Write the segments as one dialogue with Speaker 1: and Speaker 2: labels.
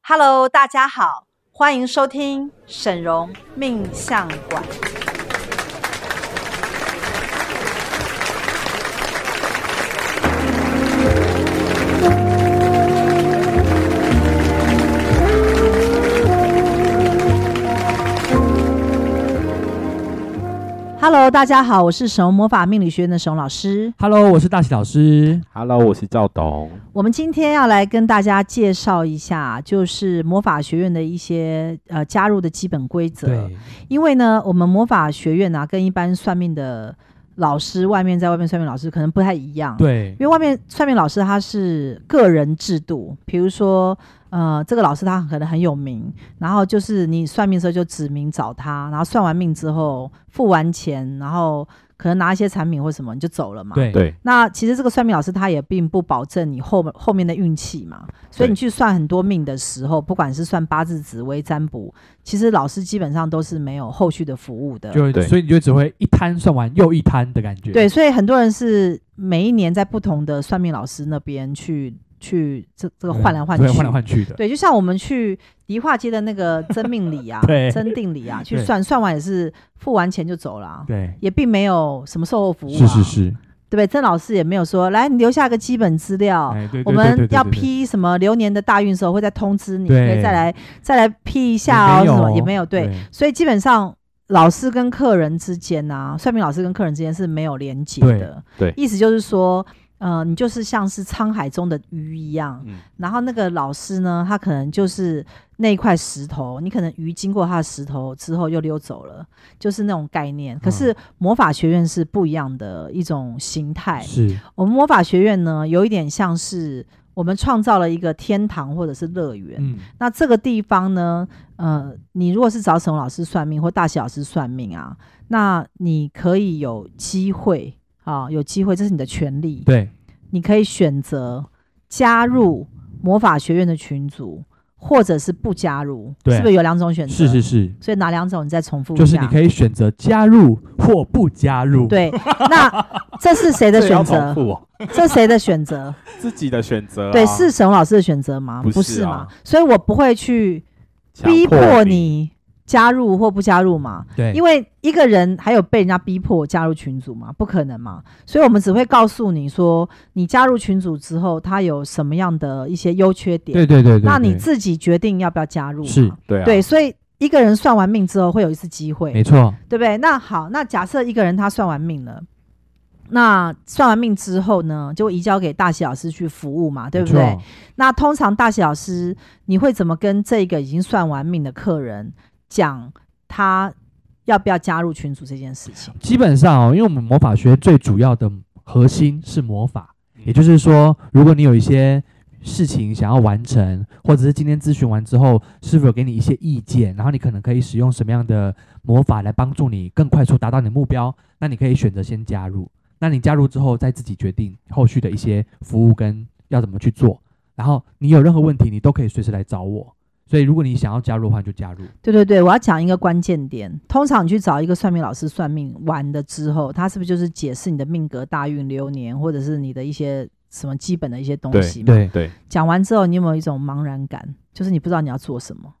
Speaker 1: Hello，大家好，欢迎收听沈荣命相馆。Hello，大家好，我是沈荣魔法命理学院的沈荣老师。
Speaker 2: Hello，我是大喜老师。
Speaker 3: Hello，我是赵董。
Speaker 1: 我们今天要来跟大家介绍一下，就是魔法学院的一些呃加入的基本规则。
Speaker 2: 对，
Speaker 1: 因为呢，我们魔法学院啊，跟一般算命的老师，外面在外面算命老师可能不太一样。，
Speaker 2: 对，
Speaker 1: 因为外面算命老师他是个人制度，比如说，呃，这个老师他可能很有名，然后就是你算命的时候就指名找他，然后算完命之后付完钱，然后可能拿一些产品或什么你就走了嘛。
Speaker 2: 对，
Speaker 3: 对
Speaker 1: 那其实这个算命老师他也并不保证你后后面的运气嘛，所以
Speaker 3: 对
Speaker 1: 你去算很多命的时候，不管是算八字、紫微、占卜，其实老师基本上都是没有后续的服务的。
Speaker 2: 就
Speaker 3: 对
Speaker 2: 所以你就只会一摊算完又一摊的感觉。
Speaker 1: 对，，所以很多人是每一年在不同的算命老师那边去去这这个换来换去，
Speaker 2: 对换来换去的。、
Speaker 1: 对，就像我们去迪化街的那个真命理啊
Speaker 2: 对
Speaker 1: 真定理啊，去
Speaker 2: 对
Speaker 1: 算算完也是付完钱就走了啊、
Speaker 2: 对，
Speaker 1: 也并没有什么售后服务、啊，
Speaker 2: 是是是，
Speaker 1: 对不对？曾老师也没有说，来你留下个基本资料，
Speaker 2: 哎，对，对
Speaker 1: 我
Speaker 2: 对对
Speaker 1: 们
Speaker 2: 对
Speaker 1: 要
Speaker 2: 对对
Speaker 1: 批什么流年的大运的时候，会再通知你，可
Speaker 2: 对
Speaker 1: 以再来再来批一下哦，什
Speaker 2: 也没有
Speaker 1: 么
Speaker 2: 哦
Speaker 1: 也没有。对，所以基本上老师跟客人之间啊，算命老师跟客人之间是没有连接的。
Speaker 3: 对对
Speaker 1: 意思就是说，呃，你就是像是沧海中的鱼一样，
Speaker 3: 嗯
Speaker 1: 然后那个老师呢，他可能就是那一块石头，你可能鱼经过他的石头之后又溜走了，就是那种概念。
Speaker 2: 嗯
Speaker 1: 可是魔法学院是不一样的一种形态，
Speaker 2: 是
Speaker 1: 我们魔法学院呢，有一点像是我们创造了一个天堂或者是乐园。
Speaker 2: 嗯，
Speaker 1: 那这个地方呢，呃，你如果是找沈宏老师算命或大喜老师算命啊，那你可以有机会啊，有机会，这是你的权利，
Speaker 2: 对，
Speaker 1: 你可以选择加入魔法学院的群组，或者是不加入，
Speaker 2: 对
Speaker 1: 是不是有两种选择？
Speaker 2: 是是。是，
Speaker 1: 所以哪两种？你再重复一下。
Speaker 2: 就是你可以选择加入或不加入。，
Speaker 1: 对，那这是谁的
Speaker 3: 这要
Speaker 1: 选
Speaker 3: 重
Speaker 1: 择？
Speaker 3: 复哦，
Speaker 1: 这是谁的选择？
Speaker 3: 自己的选择啊、
Speaker 1: 对，是沈宏老师的选择吗？
Speaker 3: 不是啊
Speaker 1: 是嘛，所以我不会去
Speaker 3: 强
Speaker 1: 逼迫
Speaker 3: 迫
Speaker 1: 你加入或不加入嘛，
Speaker 2: 对，
Speaker 1: 因
Speaker 2: 为
Speaker 1: 为一个人还有被人家逼迫加入群组嘛，不可能嘛，所以我们只会告诉你说，你加入群组之后，他有什么样的一些优缺点，
Speaker 2: 对对对对，
Speaker 1: 那你
Speaker 2: 对
Speaker 1: 自己决定要不要加入嘛，
Speaker 2: 是
Speaker 3: 对啊，
Speaker 1: 对，所以一个人算完命之后会有一次机会，
Speaker 2: 没错，
Speaker 1: 对不对？那好，那假设一个人他算完命了，那算完命之后呢，就移交给大喜老师去服务嘛，对不对
Speaker 2: 没？错？
Speaker 1: 那通常大喜老师，你会怎么跟这个已经算完命的客人讲他要不要加入群组这件事情？
Speaker 2: 基本上哦，因为我们魔法学最主要的核心是魔法，
Speaker 3: 嗯
Speaker 2: 也就是说，如果你有一些事情想要完成，或者是今天咨询完之后，师傅有给你一些意见，然后你可能可以使用什么样的魔法来帮助你更快速达到你的目标，那你可以选择先加入。那你加入之后，再自己决定后续的一些服务跟要怎么去做。然后你有任何问题，你都可以随时来找我。所以如果你想要加入的话，你就加入。
Speaker 1: 对对对，我要讲一个关键点。通常你去找一个算命老师算命完了之后，他是不是就是解释你的命格、大运、流年，或者是你的一些什么基本的一些东西嘛？
Speaker 2: 对
Speaker 3: 对
Speaker 1: 讲完之后，你有没有一种茫然感？就是你不知道你要做什么。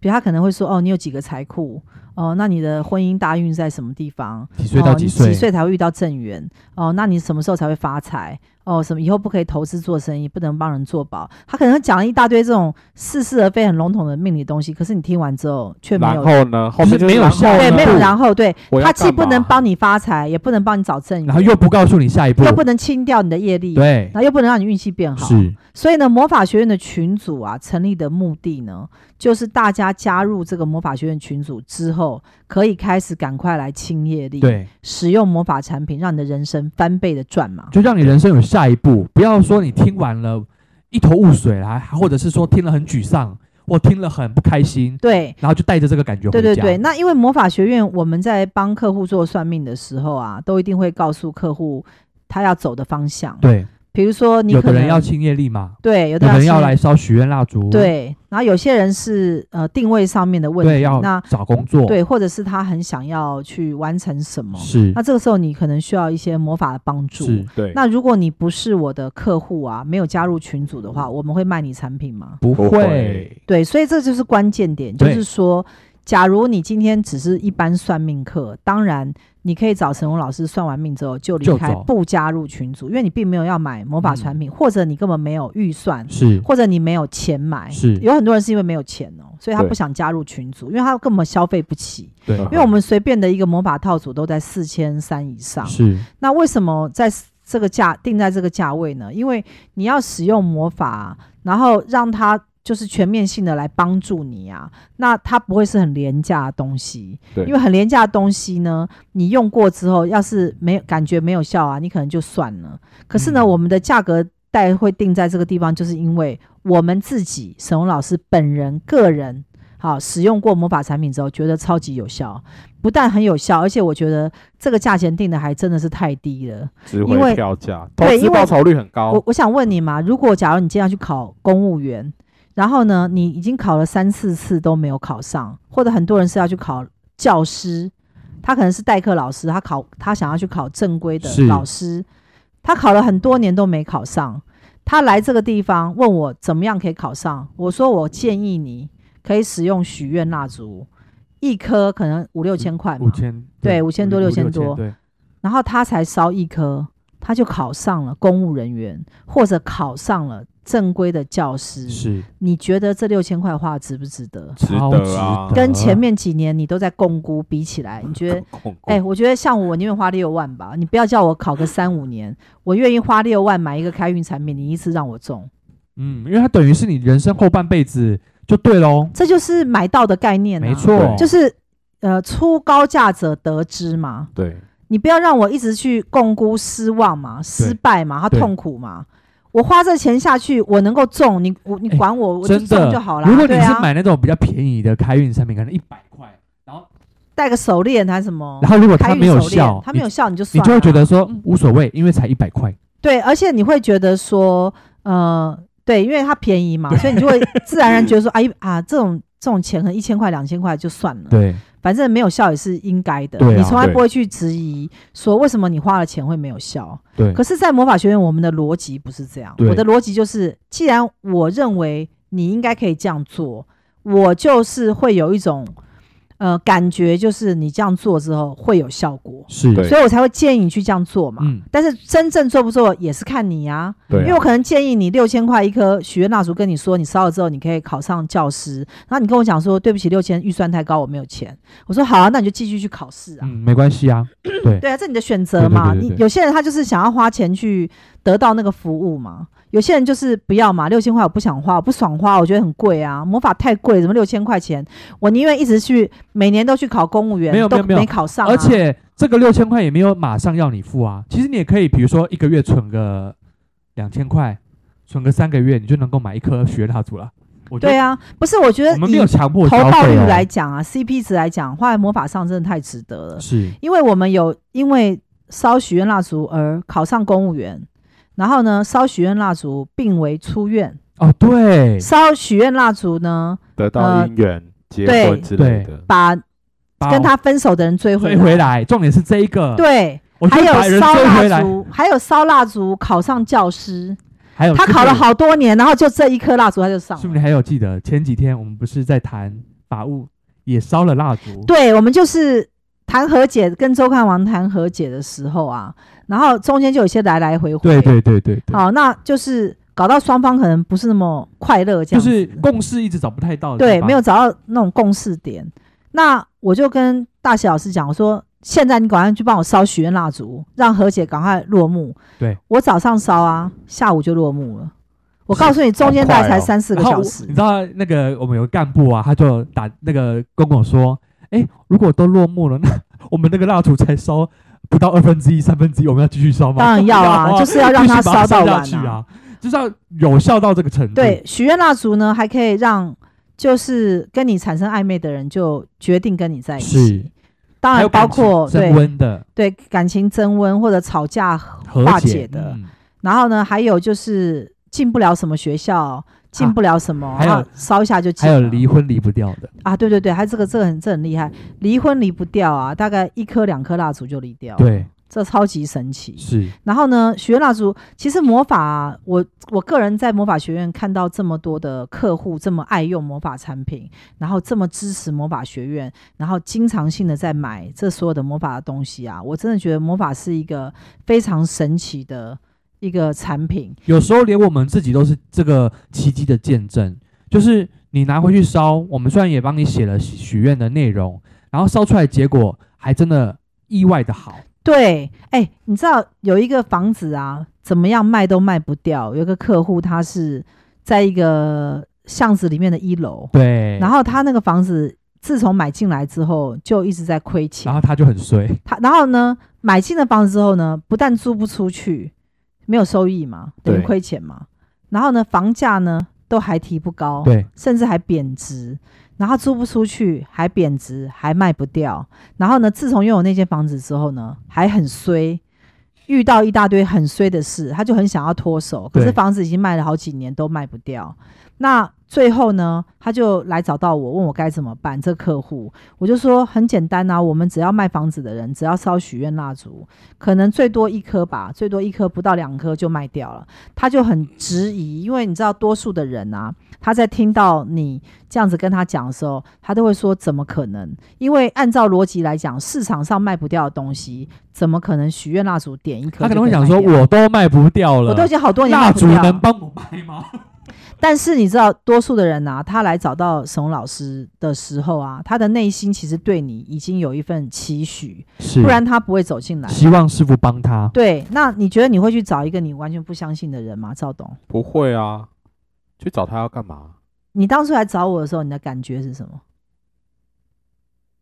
Speaker 1: 比如他可能会说：“哦，你有几个财库？哦，那你的婚姻大运在什么地方？
Speaker 2: 几岁到
Speaker 1: 哦、你
Speaker 2: 几岁？
Speaker 1: 几岁才会遇到正缘？哦，那你什么时候才会发财？哦，什么以后不可以投资做生意，不能帮人做保？他可能讲了一大堆这种似是而非、很笼统的命理东西，可是你听完之后却没
Speaker 3: 然
Speaker 1: 有
Speaker 3: 后呢，后
Speaker 2: 是
Speaker 3: 面就
Speaker 2: 没有
Speaker 3: 然后
Speaker 2: 效
Speaker 1: 对，
Speaker 3: 呢
Speaker 1: 没有
Speaker 2: 不
Speaker 1: 然后对
Speaker 3: 我要
Speaker 1: 他既
Speaker 3: 干
Speaker 1: 不能
Speaker 3: 嘛
Speaker 1: 帮你发财，也不能帮你找正缘，
Speaker 2: 然后又不告诉你下一步，
Speaker 1: 又不能清掉你的业力，
Speaker 2: 对
Speaker 1: 然，后又不能让你运气变好。
Speaker 2: 是
Speaker 1: 所以呢，魔法学院的群组啊，成立的目的呢，就是大家加入这个魔法学院群组之后，可以开始赶快来清业力，，
Speaker 2: 对，
Speaker 1: 使用魔法产品，让你的人生翻倍的赚嘛。
Speaker 2: 就让你人生有下一步，不要说你听完了一头雾水啦，还或者是说听了很沮丧，或听了很不开心，
Speaker 1: 对，
Speaker 2: 然后就带着这个感觉回
Speaker 1: 对
Speaker 2: 家。
Speaker 1: 对对。那因为魔法学院，我们在帮客户做算命的时候啊，都一定会告诉客户他要走的方向。
Speaker 2: 对
Speaker 1: 比如说你
Speaker 2: 有
Speaker 1: 可
Speaker 2: 的
Speaker 1: 能
Speaker 2: 人要清业力嘛，
Speaker 1: 对，有的
Speaker 2: 有的人要
Speaker 1: 是
Speaker 2: 来烧许愿蜡烛，
Speaker 1: 对，然后有些人是呃定位上面的问题，
Speaker 2: 对，要
Speaker 1: 那
Speaker 2: 找工作，
Speaker 1: 对，或者是他很想要去完成什么，
Speaker 2: 是
Speaker 1: 那这个时候你可能需要一些魔法的帮助。
Speaker 2: 是
Speaker 3: 对，
Speaker 1: 那如果你不是我的客户啊，没有加入群组的话，
Speaker 2: 嗯
Speaker 1: 我们会卖你产品吗？
Speaker 2: 不
Speaker 3: 不
Speaker 2: 会
Speaker 3: 会
Speaker 1: 对，所以这就是关键点，就
Speaker 2: 对
Speaker 1: 是说，假如你今天只是一般算命课，当然你可以找陈红老师算完命之后就离
Speaker 2: 就
Speaker 1: 开
Speaker 2: 走，嗯
Speaker 1: 不加入群组，因为你并没有要买魔法产品，或者你根本没有预算，
Speaker 2: 是
Speaker 1: 或者你没有钱买。
Speaker 2: 是，
Speaker 1: 有很多人是因为没有钱哦，所以他
Speaker 3: 对
Speaker 1: 不想加入群组，因为他根本消费不起。
Speaker 3: 嗯
Speaker 2: 对，
Speaker 1: 因为我们随便的一个魔法套组都在四千三以上，
Speaker 2: 是
Speaker 1: 那为什么在 s- 这个价定在这个价位呢？因为你要使用魔法，然后让它就是全面性的来帮助你啊，那它不会是很廉价的东西。
Speaker 3: 对
Speaker 1: 因为很廉价的东西呢，你用过之后，要是没有感觉没有效啊，你可能就算了。可是呢，
Speaker 2: 嗯
Speaker 1: 我们的价格带会定在这个地方，就是因为我们自己沈宏老师本人个人。好，使用过魔法产品之后，觉得超级有效，不但很有效，而且我觉得这个价钱定的还真的是太低了。
Speaker 3: 值
Speaker 1: 因为
Speaker 3: 回票价，投
Speaker 1: 对因
Speaker 3: 资
Speaker 1: 为
Speaker 3: 报酬率很高
Speaker 1: 我，我想问你嘛，如果假如你今天要去考公务员，然后呢，你已经考了三四次都没有考上，或者很多人是要去考教师，他可能是代课老师，他考他想要去考正规的
Speaker 2: 是
Speaker 1: 老师，他考了很多年都没考上，他来这个地方问我怎么样可以考上，我说我建议你可以使用许愿蜡烛，一颗可能五六千块嘛，
Speaker 2: 五千，
Speaker 1: 对5000多
Speaker 2: 五
Speaker 1: 6000多嗯
Speaker 2: 对，
Speaker 1: 然后他才烧一科，他就考上了公务人员，或者考上了正规的教师。
Speaker 2: 是
Speaker 1: 你觉得这六千块花值不值得？
Speaker 3: 值
Speaker 2: 超
Speaker 3: 得
Speaker 2: 值
Speaker 3: 啊
Speaker 2: 得
Speaker 1: 跟前面几年你都在共估比起来，你 觉得？
Speaker 3: 恐怖
Speaker 1: 哎、我觉得像我，我宁愿花六万吧。你不要叫我考个三五年，我愿意花六万买一个开运产品，你一次让我中，
Speaker 2: 嗯，因为它等于是你人生后半辈子就对喽，
Speaker 1: 这就是买到的概念、啊。
Speaker 2: 没，错，
Speaker 3: 对
Speaker 1: 就是呃，出高价者得之嘛。
Speaker 3: 对，
Speaker 1: 你不要让我一直去共估失望嘛、失败嘛、他
Speaker 2: 对
Speaker 1: 痛苦嘛。我花这钱下去，我能够中，你我你
Speaker 2: 哎
Speaker 1: 管我，我就
Speaker 2: 真
Speaker 1: 中
Speaker 2: 的
Speaker 1: 就好了。
Speaker 2: 如果你
Speaker 1: 对
Speaker 2: 是
Speaker 1: 啊、
Speaker 2: 买那种比较便宜的开运产品，可能一百块，然后
Speaker 1: 戴个手链还是什么
Speaker 2: 然，后如果
Speaker 1: 哦开
Speaker 2: 它
Speaker 1: 运
Speaker 2: 没有
Speaker 1: 手链
Speaker 2: 效，
Speaker 1: 他没有啊效你就
Speaker 2: 你，
Speaker 1: 算
Speaker 2: 你
Speaker 1: 了，
Speaker 2: 就会觉得说嗯无所谓，因为才一百块，
Speaker 1: 对，而且你会觉得说，呃，对，因为它便宜嘛，所以你就会自然而然觉 得说，哎啊，这种这种钱可能一千块、两千块就算了，
Speaker 2: 对，
Speaker 1: 反正没有效也是应该的，
Speaker 2: 对啊
Speaker 1: 你从来
Speaker 3: 对
Speaker 1: 不会去质疑说为什么你花了钱会没有效。
Speaker 3: 嗯
Speaker 2: 对
Speaker 1: 可是，在魔法学院，我们的逻辑不是这样。
Speaker 2: 对
Speaker 1: 我的逻辑就是，既然我认为你应该可以这样做，我就是会有一种呃感觉，就是你这样做之后会有效果，
Speaker 2: 是，
Speaker 3: 对
Speaker 1: 所以我才会建议你去这样做嘛。
Speaker 2: 嗯，
Speaker 1: 但是真正做不做也是看你啊，
Speaker 3: 对啊
Speaker 1: 因为我可能建议你六千块一颗许愿蜡烛，跟你说你烧了之后你可以考上教师，然后你跟我讲说对不起，六千预算太高，我没有钱。我说好啊，那你就继续去考试啊。
Speaker 2: 嗯，没关系啊，对，
Speaker 1: 对啊，这你的选择嘛。
Speaker 2: 对对对对对
Speaker 1: 你有些人他就是想要花钱去得到那个服务嘛，有些人就是不要嘛，六千块我不想花，我不爽花，我觉得很贵啊，魔法太贵，怎么六千块钱？我宁愿一直去每年都去考公务员，
Speaker 2: 没有
Speaker 1: 都
Speaker 2: 没有没有
Speaker 1: 考上啊、
Speaker 2: 而且这个六千块也没有马上要你付啊，其实你也可以，比如说一个月存个两千块，存个三个月，你就能够买一颗雪蜡烛了。我觉得
Speaker 1: 对啊，不是，我觉得
Speaker 2: 我们没
Speaker 1: 以
Speaker 2: 有强迫
Speaker 1: 投
Speaker 2: 消
Speaker 1: 报
Speaker 2: 费
Speaker 1: 率
Speaker 2: 哦
Speaker 1: 来讲啊，CP 值来讲，花在魔法上真的太值得了。
Speaker 2: 是
Speaker 1: 因为我们有因为烧许愿蜡烛而考上公务员，然后呢，烧许愿蜡烛并为出院，
Speaker 2: 哦，对，
Speaker 1: 烧许愿蜡烛呢，
Speaker 3: 得
Speaker 1: 呃
Speaker 3: 到姻缘、结婚之类的，
Speaker 1: 把
Speaker 2: 把
Speaker 1: 跟
Speaker 2: 我
Speaker 1: 他分手的人追回
Speaker 2: 啊追
Speaker 1: 来。
Speaker 2: 回来，重点是这一个，，
Speaker 1: 对，
Speaker 2: 我觉
Speaker 1: 还
Speaker 2: 得把
Speaker 1: 有
Speaker 2: 人
Speaker 1: 烧
Speaker 2: 追回
Speaker 1: 蜡
Speaker 2: 来，
Speaker 1: 烛，还有烧蜡烛考上教师，
Speaker 2: 还有
Speaker 1: 他
Speaker 2: 这
Speaker 1: 考了
Speaker 2: 个，
Speaker 1: 好多年，然后就这一颗蜡烛他就是上
Speaker 2: 不
Speaker 1: 了。
Speaker 2: 是还有记得前几天我们不是在谈法务也烧了蜡烛，
Speaker 1: 对，我们就是谈和解，跟周看王谈和解的时候啊，然后中间就有一些来来回回，
Speaker 2: 对对对对对，
Speaker 1: 好，那就是搞到双方可能不是那么快乐，这
Speaker 2: 就
Speaker 1: 样子
Speaker 2: 是共识一直找不太到的地
Speaker 1: 对，
Speaker 2: 方，
Speaker 1: 没有找到那种共识点。那我就跟大喜老师讲，我说现在你赶快去帮我烧许愿蜡烛，让和解赶快落幕。
Speaker 2: 对
Speaker 1: 我早上烧啊，下午就落幕了。我告诉你，中间大概才三四个
Speaker 2: 哦然后
Speaker 1: 小
Speaker 2: 我
Speaker 1: 时
Speaker 2: 你知。道那个我们有个干部啊，他就打那个公公说：“哎、如果都落幕了，那我们那个蜡烛才烧不到二分之一、三分之一，我们要继续烧 吗？”
Speaker 1: 当然要 啊
Speaker 2: 不
Speaker 1: 就是要让它
Speaker 2: 必须把它
Speaker 1: 烧到
Speaker 2: 下
Speaker 1: 完
Speaker 2: 去
Speaker 1: 啊
Speaker 2: 啊，就是要有效到这个程度。
Speaker 1: 对，许愿蜡烛呢，还可以让就是跟你产生暧昧的人就决定跟你在一
Speaker 2: 是
Speaker 1: 起。当
Speaker 2: 还有
Speaker 1: 然包
Speaker 2: 感情
Speaker 1: 括
Speaker 2: 升
Speaker 1: 对
Speaker 2: 温的
Speaker 1: 对感情增温或者吵架和
Speaker 2: 和
Speaker 1: 化
Speaker 2: 解
Speaker 1: 解的
Speaker 2: 嗯
Speaker 1: 然后呢，还有就是进不了什么学校，进不了什么，
Speaker 2: 啊还有
Speaker 1: 然后烧一下就进
Speaker 2: 还
Speaker 1: 了。
Speaker 2: 有离婚离不掉的，
Speaker 1: 啊，对对对，还这个这个很这很厉害，离婚离不掉啊，大概一颗两颗蜡烛就离掉。，
Speaker 2: 对，
Speaker 1: 这超级神奇。
Speaker 2: 是，
Speaker 1: 然后呢，学院蜡烛其实魔法啊、我我个人在魔法学院看到这么多的客户这么爱用魔法产品，然后这么支持魔法学院，然后经常性的在买这所有的魔法的东西啊，我真的觉得魔法是一个非常神奇的一个产品。
Speaker 2: 有时候连我们自己都是这个奇迹的见证。就是你拿回去烧，我们虽然也帮你写了许许愿的内容，然后烧出来结果还真的意外的好。
Speaker 1: 对，哎，你知道有一个房子啊，怎么样卖都卖不掉。有一个客户他是在一个巷子里面的一楼，
Speaker 2: 对，
Speaker 1: 然后他那个房子自从买进来之后就一直在亏
Speaker 2: 然
Speaker 1: 钱。
Speaker 2: 后他就很衰，
Speaker 1: 他然后呢，买进了房子之后呢，不但租不出去，没有收益嘛，等于
Speaker 3: 对
Speaker 1: 亏钱嘛。然后呢，房价呢都还提不高，
Speaker 2: 对，
Speaker 1: 甚至还贬值，然后租不出去，还贬值，还卖不掉。然后呢，自从拥有那间房子之后呢，还很衰，遇到一大堆很衰的事，他就很想要脱手。可
Speaker 2: 对
Speaker 1: 是房子已经卖了好几年都卖不掉，那最后呢，他就来找到我，问我该怎么办。这客户，我就说很简单啊，我们只要卖房子的人，只要烧许愿蜡烛，可能最多一颗吧，最多一颗不到两颗就卖掉了。他就很质疑，因为你知道，多数的人啊，他在听到你这样子跟他讲的时候，他都会说：“怎么可能？”因为按照逻辑来讲，市场上卖不掉的东西，怎么可能许愿蜡烛点一颗？
Speaker 2: 他可能会想说，我都卖不掉了，
Speaker 1: 我都已经好多年
Speaker 2: 蜡
Speaker 1: 卖不
Speaker 2: 烛
Speaker 1: 掉
Speaker 2: 能帮我卖吗？
Speaker 1: 但是你知道，多数的人啊，他来找到沈老师的时候啊，他的内心其实对你已经有一份期许，
Speaker 2: 是，
Speaker 1: 不然他不会走进来。
Speaker 2: 希望师傅帮他。
Speaker 1: 对，那你觉得你会去找一个你完全不相信的人吗？赵董，
Speaker 3: 不会啊，去找他要干嘛？
Speaker 1: 你当初来找我的时候，你的感觉是什么？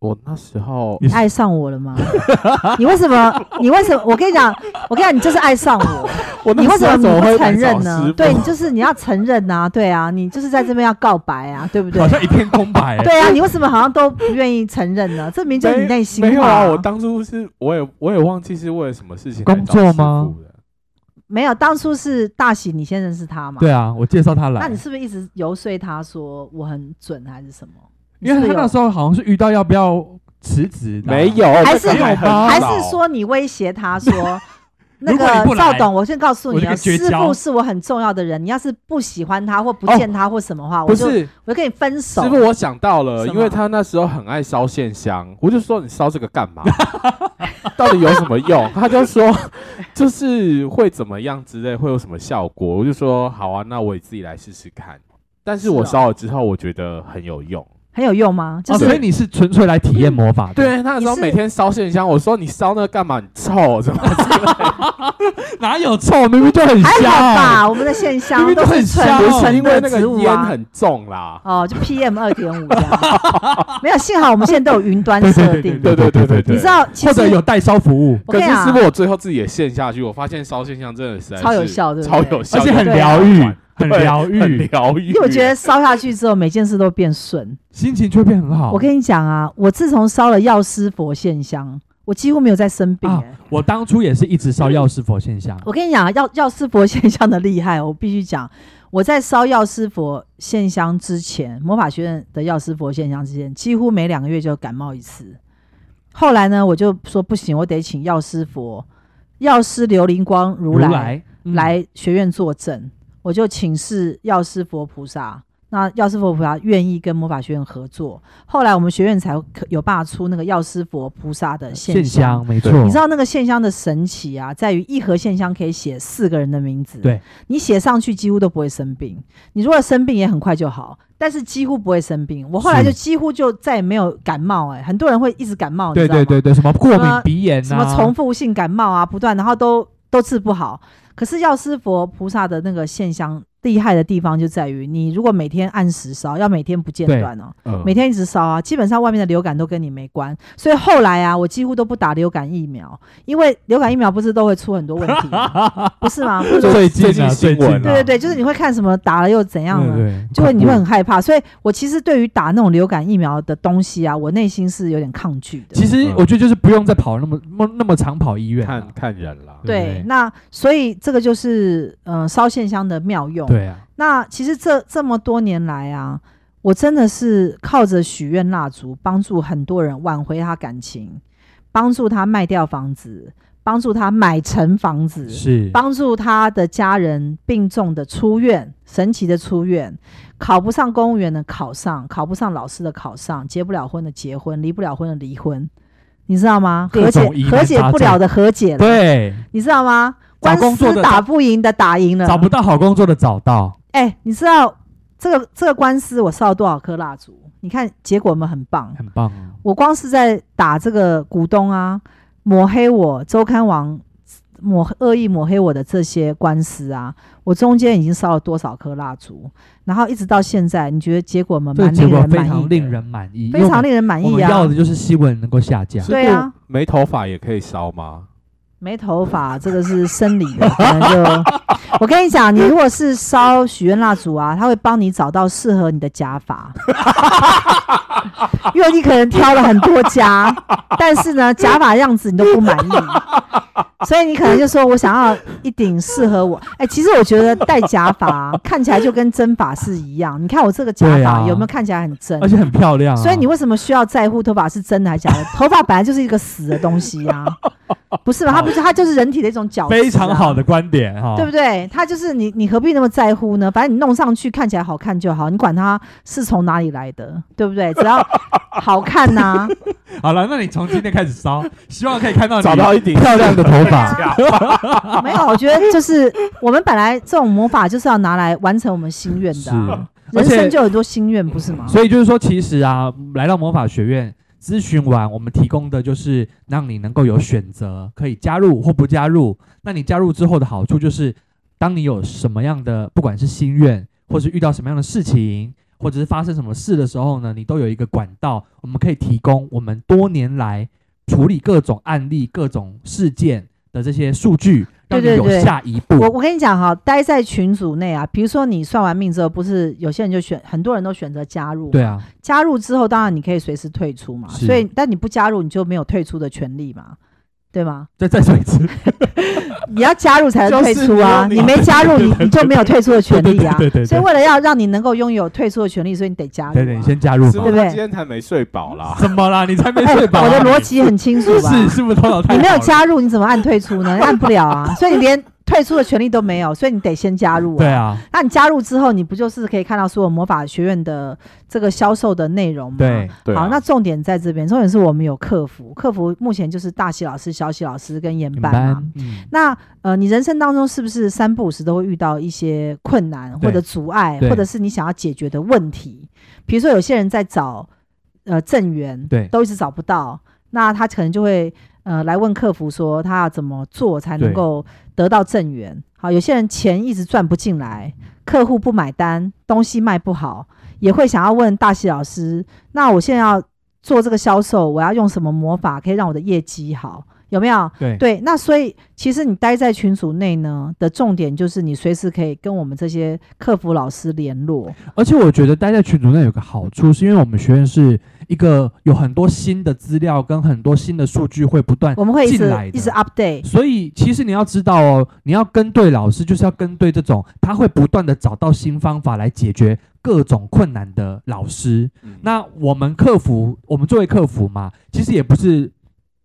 Speaker 3: 我那时候
Speaker 2: 你是
Speaker 1: 爱上我了吗？ 你为什么？你为什么？我跟你讲，我跟你讲，你就是爱上我。
Speaker 3: 我
Speaker 1: 你
Speaker 3: 那
Speaker 1: 为
Speaker 3: 时
Speaker 1: 什
Speaker 3: 候
Speaker 1: 么
Speaker 3: 怎
Speaker 1: 你
Speaker 3: 么
Speaker 1: 不
Speaker 3: 会
Speaker 1: 承
Speaker 3: 来找
Speaker 1: 认呢
Speaker 3: 师？
Speaker 1: 对，
Speaker 3: 傅
Speaker 1: 你就是你要承认啊，对啊，你就是在这边要告白啊，对不对
Speaker 2: 好？像一片空白、欸。
Speaker 1: 对啊，你为什么好像都不愿意承认呢？这明明就是你内心
Speaker 3: 没有
Speaker 1: 话
Speaker 3: 啊，我当初是我也我也忘记是为了什么事情来
Speaker 2: 工
Speaker 3: 找
Speaker 2: 作
Speaker 3: 师
Speaker 2: 吗
Speaker 3: 傅的？
Speaker 1: 没有，当初是大喜，你先认识他嘛？
Speaker 2: 对啊，我介绍他
Speaker 1: 那
Speaker 2: 来
Speaker 1: 你，是不是一直游说他说我很准还是什么？
Speaker 2: 因为他那时
Speaker 1: 候
Speaker 2: 候好像是遇到要不要辞职的啊，
Speaker 3: 没有，
Speaker 1: 还
Speaker 3: 那
Speaker 1: 是
Speaker 3: 个还很
Speaker 2: 有
Speaker 1: 还
Speaker 3: 早
Speaker 1: 是说你威胁他 说那
Speaker 2: 如果你
Speaker 1: 个
Speaker 2: 不
Speaker 1: 赵
Speaker 2: 来
Speaker 1: 董，我先告诉你啊，
Speaker 2: 我就跟你绝
Speaker 1: 师
Speaker 2: 交哦
Speaker 1: 傅是我很重要的人，你要是不喜欢他或不见他或什么话，我
Speaker 3: 不
Speaker 1: 就是我就跟你分手
Speaker 3: 师。傅，我想到了，
Speaker 1: 什么
Speaker 3: 因为他那时候很爱烧线香，我就说你烧这个干嘛？ 到底有什么用？他就说就是会怎么样之类，会有什么效果？我就说好啊，那我也自己来试试看。但是我
Speaker 1: 是哦
Speaker 3: 烧了之后，我觉得很有用。
Speaker 1: 很有用吗？就
Speaker 2: 哦，
Speaker 1: 是、嗯
Speaker 2: 所以你是纯粹来体验魔法的。
Speaker 3: 对，他那时
Speaker 1: 你
Speaker 3: 候
Speaker 1: 是
Speaker 3: 每天烧线香，我说你烧那个干嘛？你 臭什么？
Speaker 2: 哪有臭？明明就很
Speaker 1: 还
Speaker 2: 香。
Speaker 1: 好吧，我们的现
Speaker 2: 明
Speaker 1: 象
Speaker 2: 明
Speaker 1: 都
Speaker 2: 都
Speaker 1: 是
Speaker 2: 很
Speaker 1: 纯
Speaker 2: 香哦
Speaker 3: 不是
Speaker 1: 纯
Speaker 3: 因为
Speaker 1: 的
Speaker 3: 那
Speaker 1: 植
Speaker 3: 个
Speaker 1: 物
Speaker 3: 烟
Speaker 1: 啊。
Speaker 3: 很重啦。
Speaker 1: 哦，就 PM 二点五这样，没有，幸好我们现在都有云端
Speaker 2: 对对
Speaker 1: 设
Speaker 2: 对
Speaker 1: 定。
Speaker 3: 对对对对对。
Speaker 1: 你知道，其
Speaker 2: 或者
Speaker 1: 实
Speaker 2: 有代烧服务，
Speaker 1: 我
Speaker 3: 可
Speaker 1: 跟
Speaker 3: 是
Speaker 1: 你讲啊
Speaker 3: 师傅，我最后自己也陷下去，我发现烧线香真的实在是
Speaker 1: 超有效对不
Speaker 3: 超
Speaker 1: 对
Speaker 3: 有效，
Speaker 2: 而且很
Speaker 1: 对啊
Speaker 2: 疗愈，很
Speaker 3: 对
Speaker 2: 疗
Speaker 3: 很
Speaker 2: 愈，
Speaker 3: 疗
Speaker 1: 嗯
Speaker 3: 愈。
Speaker 1: 因为我觉得烧下去之后，每件事都变顺。
Speaker 2: 心情就会变很好。
Speaker 1: 我跟你讲啊，我自从烧了药师佛线香，我几乎没有再生病、
Speaker 2: 啊
Speaker 1: 欸
Speaker 2: 我当初也是一直烧药师佛现象，
Speaker 1: 我跟你讲啊，药药师佛线香的厉害，我必须讲。我在烧药师佛线香之前，魔法学院的药师佛线香之前，几乎每两个月就感冒一次。后来呢，我就说不行，我得请药师佛、药师刘灵光如来
Speaker 2: 来嗯
Speaker 1: 来学院作证，我就请示药师佛菩萨。那药师佛菩萨愿意跟魔法学院合作，后来我们学院才可有办法出那个药师佛菩萨的
Speaker 2: 线
Speaker 1: 现象。
Speaker 2: 香，没错
Speaker 3: 对，
Speaker 1: 你知道那个线香的神奇啊，在于一盒线香可以写四个人的名字，
Speaker 2: 对
Speaker 1: 你写上去几乎都不会生病。你如果生病也很快就好，但是几乎不会生病。我后来
Speaker 2: 是
Speaker 1: 就几乎就再也没有感冒、哎，很多人会一直感冒，你
Speaker 2: 对
Speaker 1: 知道吗
Speaker 2: 对对对，什么过
Speaker 1: 什么
Speaker 2: 敏鼻炎啊，
Speaker 1: 什么重复性感冒啊，不断，然后都都治不好。可是药师佛菩萨的那个线香厉害的地方就在于，你如果每天按时烧，要每天不间
Speaker 2: 对
Speaker 1: 断哦，
Speaker 3: 嗯
Speaker 1: 每天一直烧啊，基本上外面的流感都跟你没关。所以后来啊，我几乎都不打流感疫苗，因为流感疫苗不是都会出很多问题吗， 不是吗？不是
Speaker 2: 最
Speaker 3: 最近
Speaker 2: 近啊
Speaker 3: 新闻啊，
Speaker 2: 最
Speaker 1: 对对对，就是你会看什么打了又怎样
Speaker 2: 对
Speaker 1: 呢？
Speaker 2: 对，
Speaker 1: 就会你会很害怕，所以我其实对于打那种流感疫苗的东西啊，我内心是有点抗拒的。
Speaker 2: 其实我觉得就是不用再跑那么那么那么长跑医院啊、
Speaker 3: 看看人啦。
Speaker 2: 对不
Speaker 1: 对，那所以这个就是呃烧线香的妙用。
Speaker 2: 对啊，
Speaker 1: 那其实这这么多年来啊，我真的是靠着许愿蜡烛，帮助很多人挽回他感情，帮助他卖掉房子，帮助他买成房子，
Speaker 2: 是
Speaker 1: 帮助他的家人病重的出院，神奇的出院，考不上公务员的考上，考不上老师的考上，结不了婚的结婚，离不了婚的离婚，你知道吗？
Speaker 2: 各
Speaker 1: 和解
Speaker 2: 种疑难
Speaker 1: 和解
Speaker 2: 杂
Speaker 1: 不
Speaker 2: 症
Speaker 1: 了的和解了，
Speaker 2: 对，
Speaker 1: 你知道吗？
Speaker 2: 找
Speaker 1: 官
Speaker 2: 工作
Speaker 1: 司
Speaker 2: 的
Speaker 1: 打不赢的打赢了，
Speaker 2: 找不到好工作的找到，
Speaker 1: 哎、你知道这个这个官司我烧了多少颗蜡烛？你看结果有没有很棒？
Speaker 2: 很棒啊！
Speaker 1: 我光是在打这个股东啊，抹黑我周刊王抹恶意抹黑我的这些官司啊，我中间已经烧了多少颗蜡烛？然后一直到现在，你觉得结果我们
Speaker 2: 这个
Speaker 1: 蛮
Speaker 2: 结
Speaker 1: 令
Speaker 2: 果
Speaker 1: 人
Speaker 2: 非
Speaker 1: 满意
Speaker 2: 常
Speaker 1: 的，
Speaker 2: 令人满意，
Speaker 1: 非常
Speaker 2: 令
Speaker 1: 令人满
Speaker 2: 我
Speaker 1: 意
Speaker 2: 们要
Speaker 1: 啊
Speaker 2: 的！就是新闻能够下架，
Speaker 1: 对啊，
Speaker 3: 没头发也可以烧吗？
Speaker 1: 没头发这个是生理的，可能就我跟你讲，你如果是烧许愿蜡烛啊，他会帮你找到适合你的假发。 因为你可能挑了很多家，但是呢，假发样子你都不满意，所以你可能就说我想要一顶适合我。哎、其实我觉得戴假发啊、看起来就跟真发是一样。你看我这个假
Speaker 2: 对
Speaker 1: 发
Speaker 2: 啊
Speaker 1: 有没有看起来很真？
Speaker 2: 而且很漂亮啊。
Speaker 1: 所以你为什么需要在乎头发是真的还是 假的？头发本来就是一个死的东西啊，不是吗？它不是，它就是人体的一种角、
Speaker 2: 非常好，的观点哈，
Speaker 1: 啊对不对？它就是你，你何必那么在乎呢？反正你弄上去看起来好看就好，你管它是从哪里来的，对不对？只 要好看呐、
Speaker 2: 好了，那你从今天开始烧，希望可以看到你
Speaker 3: 找到一顶
Speaker 2: 漂亮的头 发。
Speaker 1: 没有，我觉得就是我们本来这种魔法就是要拿来完成我们心愿的啊、
Speaker 2: 是而
Speaker 1: 人
Speaker 2: 且
Speaker 1: 生就有很多心愿，不是吗？
Speaker 2: 所以就是说，其实啊，来到魔法学院咨询完，我们提供的就是让你能够有选择，可以加入或不加入。那你加入之后的好处就是，当你有什么样的，不管是心愿，或是遇到什么样的事情，或者是发生什么事的时候呢，你都有一个管道，我们可以提供我们多年来处理各种案例、各种事件的这些数据，让你
Speaker 1: 对对
Speaker 2: 有
Speaker 1: 对
Speaker 2: 下一步。
Speaker 1: 我我跟你讲哈，待在群组内啊，比如说你算完命之后，不是有些人就选，很多人都选择加入嘛，
Speaker 2: 对啊，
Speaker 1: 加入之后，当然你可以随时退出嘛，
Speaker 2: 是
Speaker 1: 所以但你不加入，你就没有退出的权利嘛，对吗？
Speaker 2: 再再说一 次，
Speaker 1: 你要加入才能退出啊，
Speaker 3: 就是
Speaker 1: 你没加 入，你你就没有退出的权利啊。
Speaker 2: 对对对对对对
Speaker 1: 所以为了要让你能够拥有退出的权利，所以你得加入、啊。
Speaker 2: 对对，你先加入嘛
Speaker 3: 是吗
Speaker 1: 对不对
Speaker 3: 今天才没睡饱啦。
Speaker 2: 怎么啦？你才没
Speaker 1: 哎
Speaker 2: 睡饱啊、
Speaker 1: 我的
Speaker 2: 你
Speaker 1: 逻辑很清楚吧？
Speaker 2: 是是不是头脑太
Speaker 1: 你没有
Speaker 2: 好了
Speaker 1: 加入，你怎么按退出呢？按不了 啊，所以你连退出的权利都没有，所以你得先加入、嗯
Speaker 2: 对。啊，
Speaker 1: 那你加入之后，你不就是可以看到所有魔法学院的这个销售的内容吗？
Speaker 2: 对，
Speaker 3: 对啊
Speaker 1: 好，那重点在这边，重点是我们有客服，客服目前就是大喜老师、小喜老师跟研
Speaker 2: 你
Speaker 1: 班嘛。
Speaker 2: 班嗯，
Speaker 1: 那呃，你人生当中是不是三不五时都会遇到一些困难
Speaker 2: 对
Speaker 1: 或者阻碍，
Speaker 2: 对
Speaker 1: 或者是你想要解决的问题？比如说有些人在找呃正缘，
Speaker 2: 对
Speaker 1: 都一直找不到，那他可能就会呃来问客服说他要怎么做才能
Speaker 2: 对
Speaker 1: 够得到正缘。好，有些人钱一直赚不进来，客户不买单，东西卖不好，也会想要问大西老师，那我现在要做这个销售，我要用什么魔法可以让我的业绩好？有没有？
Speaker 2: 对
Speaker 1: 对，那所以其实你待在群组内呢的重点就是你随时可以跟我们这些客服老师联 络，
Speaker 2: 而且我觉得待在群组内有个好处，是因为我们学院是一个有很多新的资料跟很多新的数据会不断
Speaker 1: 我们会一
Speaker 2: 进
Speaker 1: 直
Speaker 2: 来的
Speaker 1: 一直 update。
Speaker 2: 所以其实你要知道哦，你要跟对老师，就是要跟对这种他会不断的找到新方法来解决各种困难的老师。
Speaker 3: 嗯
Speaker 2: 那我们客服，我们作为客服嘛，其实也不是，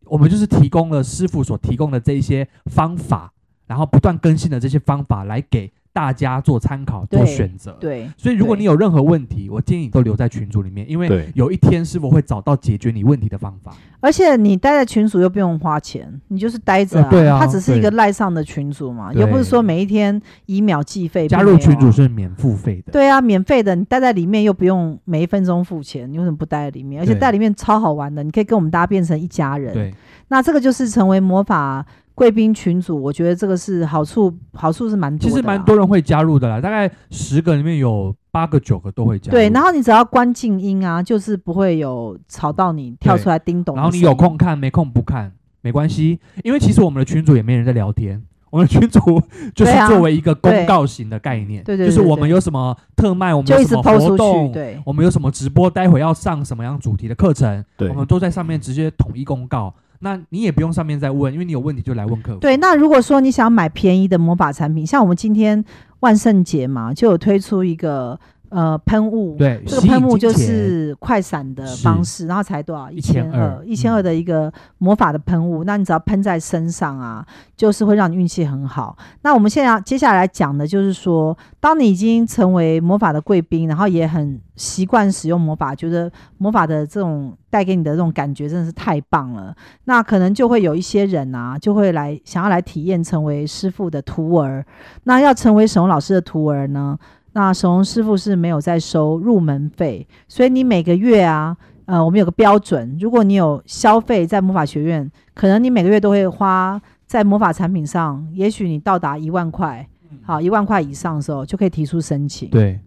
Speaker 2: 我们就是提供了师傅所提供的这一些方法，然后不断更新的这些方法来给大家做参考、做
Speaker 1: 对
Speaker 2: 选择。。
Speaker 1: 对，
Speaker 2: 所以，如果
Speaker 1: 对
Speaker 2: 你有任何问题，我建议你都留在群组里面，因为
Speaker 3: 对
Speaker 2: 有一天师傅会找到解决你问题的方法。
Speaker 1: 而且你待在群组又不用花钱，你就是待着、
Speaker 2: 呃对啊
Speaker 1: 它只是一个
Speaker 2: 对
Speaker 1: 赖上的群组嘛，
Speaker 2: 对
Speaker 1: 又不是说每一天以秒计费。
Speaker 2: 加
Speaker 1: 并没
Speaker 2: 入
Speaker 1: 有
Speaker 2: 群
Speaker 1: 啊
Speaker 2: 组是免付费的。
Speaker 1: 对啊，免费的，你待在里面又不用每一分钟付钱，你为什么不待在里面？而且
Speaker 2: 对
Speaker 1: 待在里面超好玩的，你可以跟我们大家变成一家人。
Speaker 2: 对
Speaker 1: 那这个就是成为魔法贵宾群组，我觉得这个是好处，好处是蛮多
Speaker 2: 其
Speaker 1: 的啦。
Speaker 2: 实蛮多人会加入的啦，大概十个里面有八个九个都会加入。
Speaker 1: 对，然后你只要关静音啊，就是不会有吵到你跳出来叮咚。
Speaker 2: 然后你有空，看，没空不看，没关系，因为其实我们的群主也没人在聊天，我们的 群主就是
Speaker 1: 对啊
Speaker 2: 作为一个公告型的概念，
Speaker 1: 对对对
Speaker 2: 就是
Speaker 1: 对
Speaker 2: 我们有什么特卖，我们
Speaker 1: 就
Speaker 2: 有
Speaker 1: 一
Speaker 2: 什
Speaker 1: 直
Speaker 2: 么
Speaker 1: 抛出
Speaker 2: 活
Speaker 1: 去。
Speaker 2: 动，
Speaker 1: 对，
Speaker 2: 我们有什么直播，待会要上什么样主题的课程，
Speaker 3: 对
Speaker 2: 我们都在上面直接统一公告。那你也不用上面再问，因为你有问题就来问客服。
Speaker 1: 对，那如果说你想买便宜的魔法产品，像我们今天万圣节嘛，就有推出一个呃喷雾。
Speaker 2: 对，
Speaker 1: 这个
Speaker 2: 吸引
Speaker 1: 喷雾
Speaker 2: 金
Speaker 1: 就
Speaker 2: 钱
Speaker 1: 是快闪的
Speaker 2: 是
Speaker 1: 方式，然后才多少？一千二，一千
Speaker 2: 1200
Speaker 1: 二的一个魔法的喷雾，那你只要喷在身上啊，就是会让你运气很好。那我们现在要接下来讲的就是说，当你已经成为魔法的贵宾，然后也很习惯使用魔法，觉得魔法的这种带给你的这种感觉真的是太棒了。那可能就会有一些人啊，就会来想要来体验成为师傅的徒儿。那要成为沈宏老师的徒儿呢？那沈宏师傅是没有在收入门费，所以你每个月啊，呃，我们有个标准，如果你有消费在魔法学院，可能你每个月都会花在魔法产品上，也许你到达一万块，好，一万块以上的时候就可以提出申请，
Speaker 2: 嗯对，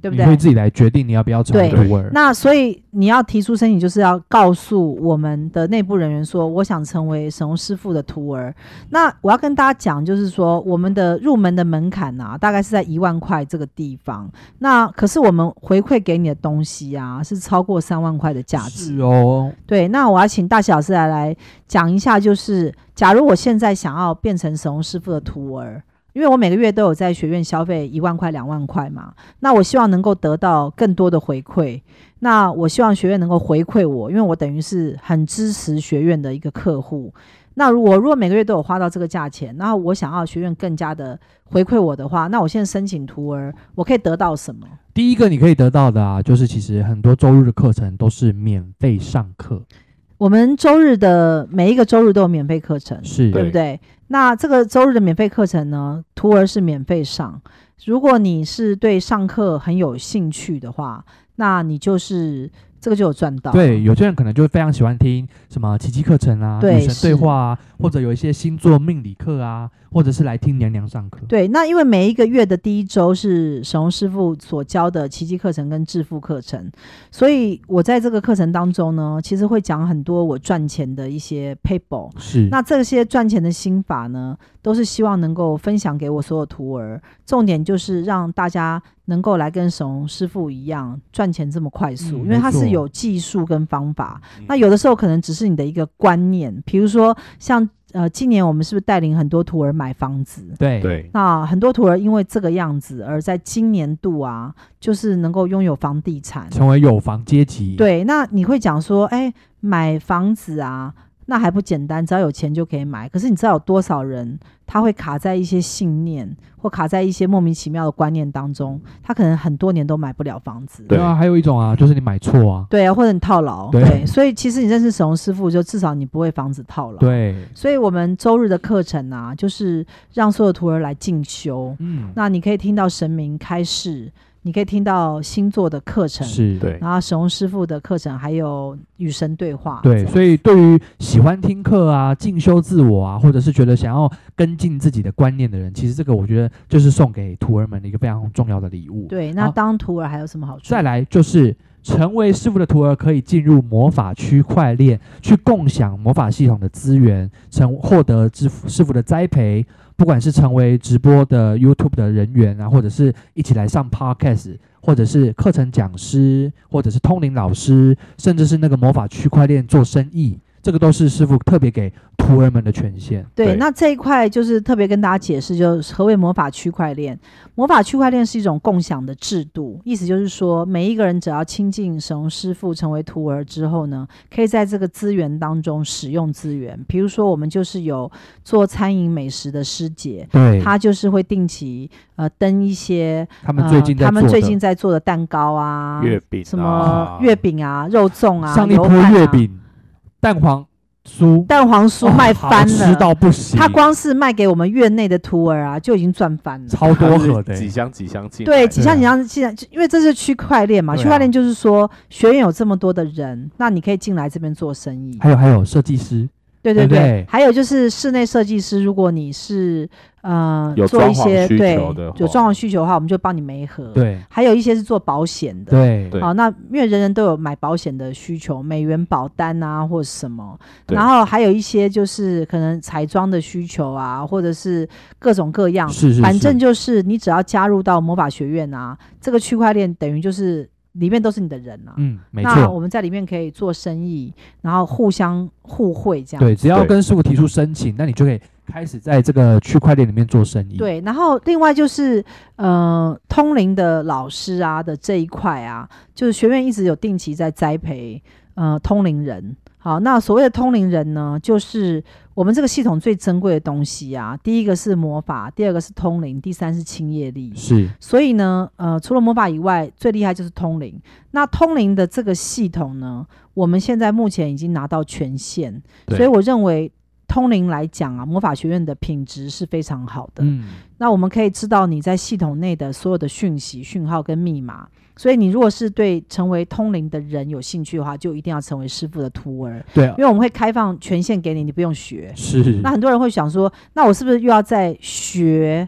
Speaker 1: 对不
Speaker 2: 你会
Speaker 1: 对？
Speaker 2: 自己来决定你要不要成为
Speaker 1: 对
Speaker 2: d o
Speaker 1: 那所以你要提出申请，就是要告诉我们的内部人员说，我想成为沈宏师傅的徒儿。那我要跟大家讲，就是说我们的入门的门槛啊，大概是在一万块这个地方。那可是我们回馈给你的东西啊，是超过三万块的价值。
Speaker 2: 是哦，
Speaker 1: 对，那我要请大喜老师来来讲一下，就是假如我现在想要变成沈宏师傅的徒儿，因为我每个月都有在学院消费一万块、两万块嘛，那我希望能够得到更多的回馈。那我希望学院能够回馈我，因为我等于是很支持学院的一个客户。那如果如果每个月都有花到这个价钱，然后我想要学院更加的回馈我的话，那我现在申请徒儿，我可以得到什么？
Speaker 2: 第一个你可以得到的啊，就是其实很多周日的课程都是免费上课，
Speaker 1: 我们周日的每一个周日都有免费课程，
Speaker 2: 是
Speaker 1: 对不对？那这个周日的免费课程呢，徒儿是免费上。如果你是对上课很有兴趣的话，那你就是这个就有赚到。
Speaker 2: 对，有些人可能就非常喜欢听什么奇迹课程啊、
Speaker 1: 对
Speaker 2: 女神
Speaker 1: 是
Speaker 2: 对话啊，或者有一些星座命理课啊，或者是来听娘娘上课。
Speaker 1: 对，那因为每一个月的第一周是沈宏师傅所教的奇迹课程跟致富课程，所以我在这个课程当中呢，其实会讲很多我赚钱的一些 paper。
Speaker 2: 是，
Speaker 1: 那这些赚钱的心法呢，都是希望能够分享给我所有徒儿。重点就是让大家能够来跟沈宏师傅一样赚钱这么快速，
Speaker 2: 嗯
Speaker 1: 因为它
Speaker 2: 没错
Speaker 1: 是有技术跟方法。
Speaker 3: 嗯
Speaker 1: 那有的时候可能只是你的一个观念，比如说像呃，今年我们是不是带领很多徒儿买房子？
Speaker 2: 对
Speaker 3: 对
Speaker 1: 那很多徒儿因为这个样子，而在今年度啊，就是能够拥有房地产。
Speaker 2: 成为有房阶级。，
Speaker 1: 对，那你会讲说，哎，买房子啊，那还不简单，只要有钱就可以买。可是你知道有多少人他会卡在一些信念，或卡在一些莫名其妙的观念当中，他可能很多年都买不了房子。
Speaker 3: 对
Speaker 2: 啊，还有一种啊，就是你买错啊。
Speaker 1: 对啊，或者你套牢。
Speaker 2: 对
Speaker 1: 所以其实你认识沈宏师傅，就至少你不会房子套牢。。
Speaker 2: 对，
Speaker 1: 所以我们周日的课程啊，就是让所有徒儿来进修。
Speaker 2: 嗯，
Speaker 1: 那你可以听到神明开示，你可以听到星座的课程，
Speaker 2: 是，
Speaker 3: 对
Speaker 1: 然后沈宏师傅的课程，还有与神对话。
Speaker 2: 对，所以对于喜欢听课啊、进修自我啊，或者是觉得想要跟进自己的观念的人，其实这个我觉得就是送给徒儿们的一个非常重要的礼物。，
Speaker 1: 对，那
Speaker 2: 好
Speaker 1: 当徒儿还有什么好处？
Speaker 2: 再来就是成为师傅的徒儿，可以进入魔法区块链，去共享魔法系统的资源，成获得师傅师傅的栽培。不管是成为直播的 YouTube 的人员啊，或者是一起来上 Podcast，或者是课程讲师，或者是通灵老师，甚至是那个魔法区块链做生意，这个都是师傅特别给徒儿们的权限。
Speaker 1: 对，
Speaker 3: 对
Speaker 1: 那这一块就是特别跟大家解释，就是何谓魔法区块链。魔法区块链是一种共享的制度，意思就是说，每一个人只要亲近神龙师傅成为徒儿之后呢，可以在这个资源当中使用资源。比如说，我们就是有做餐饮美食的师姐，
Speaker 2: 对，
Speaker 1: 她就是会定期呃登一些
Speaker 2: 他们最近
Speaker 1: 呃
Speaker 2: 在
Speaker 1: 他
Speaker 2: 做的、
Speaker 1: 们最近在做的蛋糕啊，
Speaker 3: 月饼
Speaker 1: 什么月饼啊、肉粽啊、
Speaker 2: 上一
Speaker 1: 油
Speaker 2: 波
Speaker 1: 饭啊
Speaker 2: 月、饼、蛋黄酥
Speaker 1: 蛋黄酥卖翻
Speaker 2: 好
Speaker 1: 了
Speaker 2: 吃。到不行，
Speaker 1: 他光是卖给我们院内的徒儿啊，就已经赚翻了。
Speaker 2: 超多盒的、欸
Speaker 3: 几箱几箱进
Speaker 1: 对，
Speaker 3: 来
Speaker 1: 几
Speaker 2: 对
Speaker 1: 像
Speaker 2: 啊
Speaker 1: 几像，现在因为这是区块链嘛，
Speaker 2: 对啊
Speaker 1: 区块链就是说学院有这么多的人，那你可以进来这边做生意。
Speaker 2: 还有还有设计师，
Speaker 1: 对对
Speaker 2: 对不
Speaker 1: 对，
Speaker 2: 对
Speaker 1: 还有就是室内设计师，如果你是呃
Speaker 3: 有
Speaker 1: 做
Speaker 3: 装
Speaker 1: 一
Speaker 3: 潢
Speaker 1: 些
Speaker 3: 需
Speaker 1: 对
Speaker 3: 求的
Speaker 1: 有
Speaker 3: 话
Speaker 1: 装潢需求的话，我们就帮你媒合。，
Speaker 2: 对
Speaker 1: 还有一些是做保险的。
Speaker 2: 对
Speaker 3: 对
Speaker 1: 好，那因为人人都有买保险的需求，美元保单啊，或者什么，
Speaker 3: 对
Speaker 1: 然后还有一些就是可能彩妆的需求啊，或者是各种各样，
Speaker 2: 是是，
Speaker 1: 反
Speaker 2: 是
Speaker 1: 正就是你只要加入到魔法学院啊，这个区块链等于就是里面都是你的人啊。
Speaker 2: 嗯，没
Speaker 1: 那
Speaker 2: 错
Speaker 1: 我，们在里面可以做生意，然后互相互惠这样。
Speaker 2: 对，只要
Speaker 3: 对
Speaker 2: 跟师傅提出申请，那你就可以开始在这个区块链里面做生意。，
Speaker 1: 对，然后另外就是，呃，通灵的老师啊的这一块啊，就是学院一直有定期在栽培呃通灵人。好，那所谓的通灵人呢，就是我们这个系统最珍贵的东西啊。第一个是魔法，第二个是通灵，第三是清业力。
Speaker 2: 是
Speaker 1: 所以呢，呃，除了魔法以外，最厉害就是通灵。那通灵的这个系统呢，我们现在目前已经拿到权限，
Speaker 2: 对
Speaker 1: 所以我认为通灵来讲啊，魔法学院的品质是非常好的。
Speaker 2: 嗯，
Speaker 1: 那我们可以知道你在系统内的所有的讯息、讯号跟密码。所以你如果是对成为通灵的人有兴趣的话，就一定要成为师傅的徒儿，
Speaker 2: 对，啊
Speaker 1: 因为我们会开放权限给你，你不用学。
Speaker 2: 是
Speaker 1: 那很多人会想说，那我是不是又要再学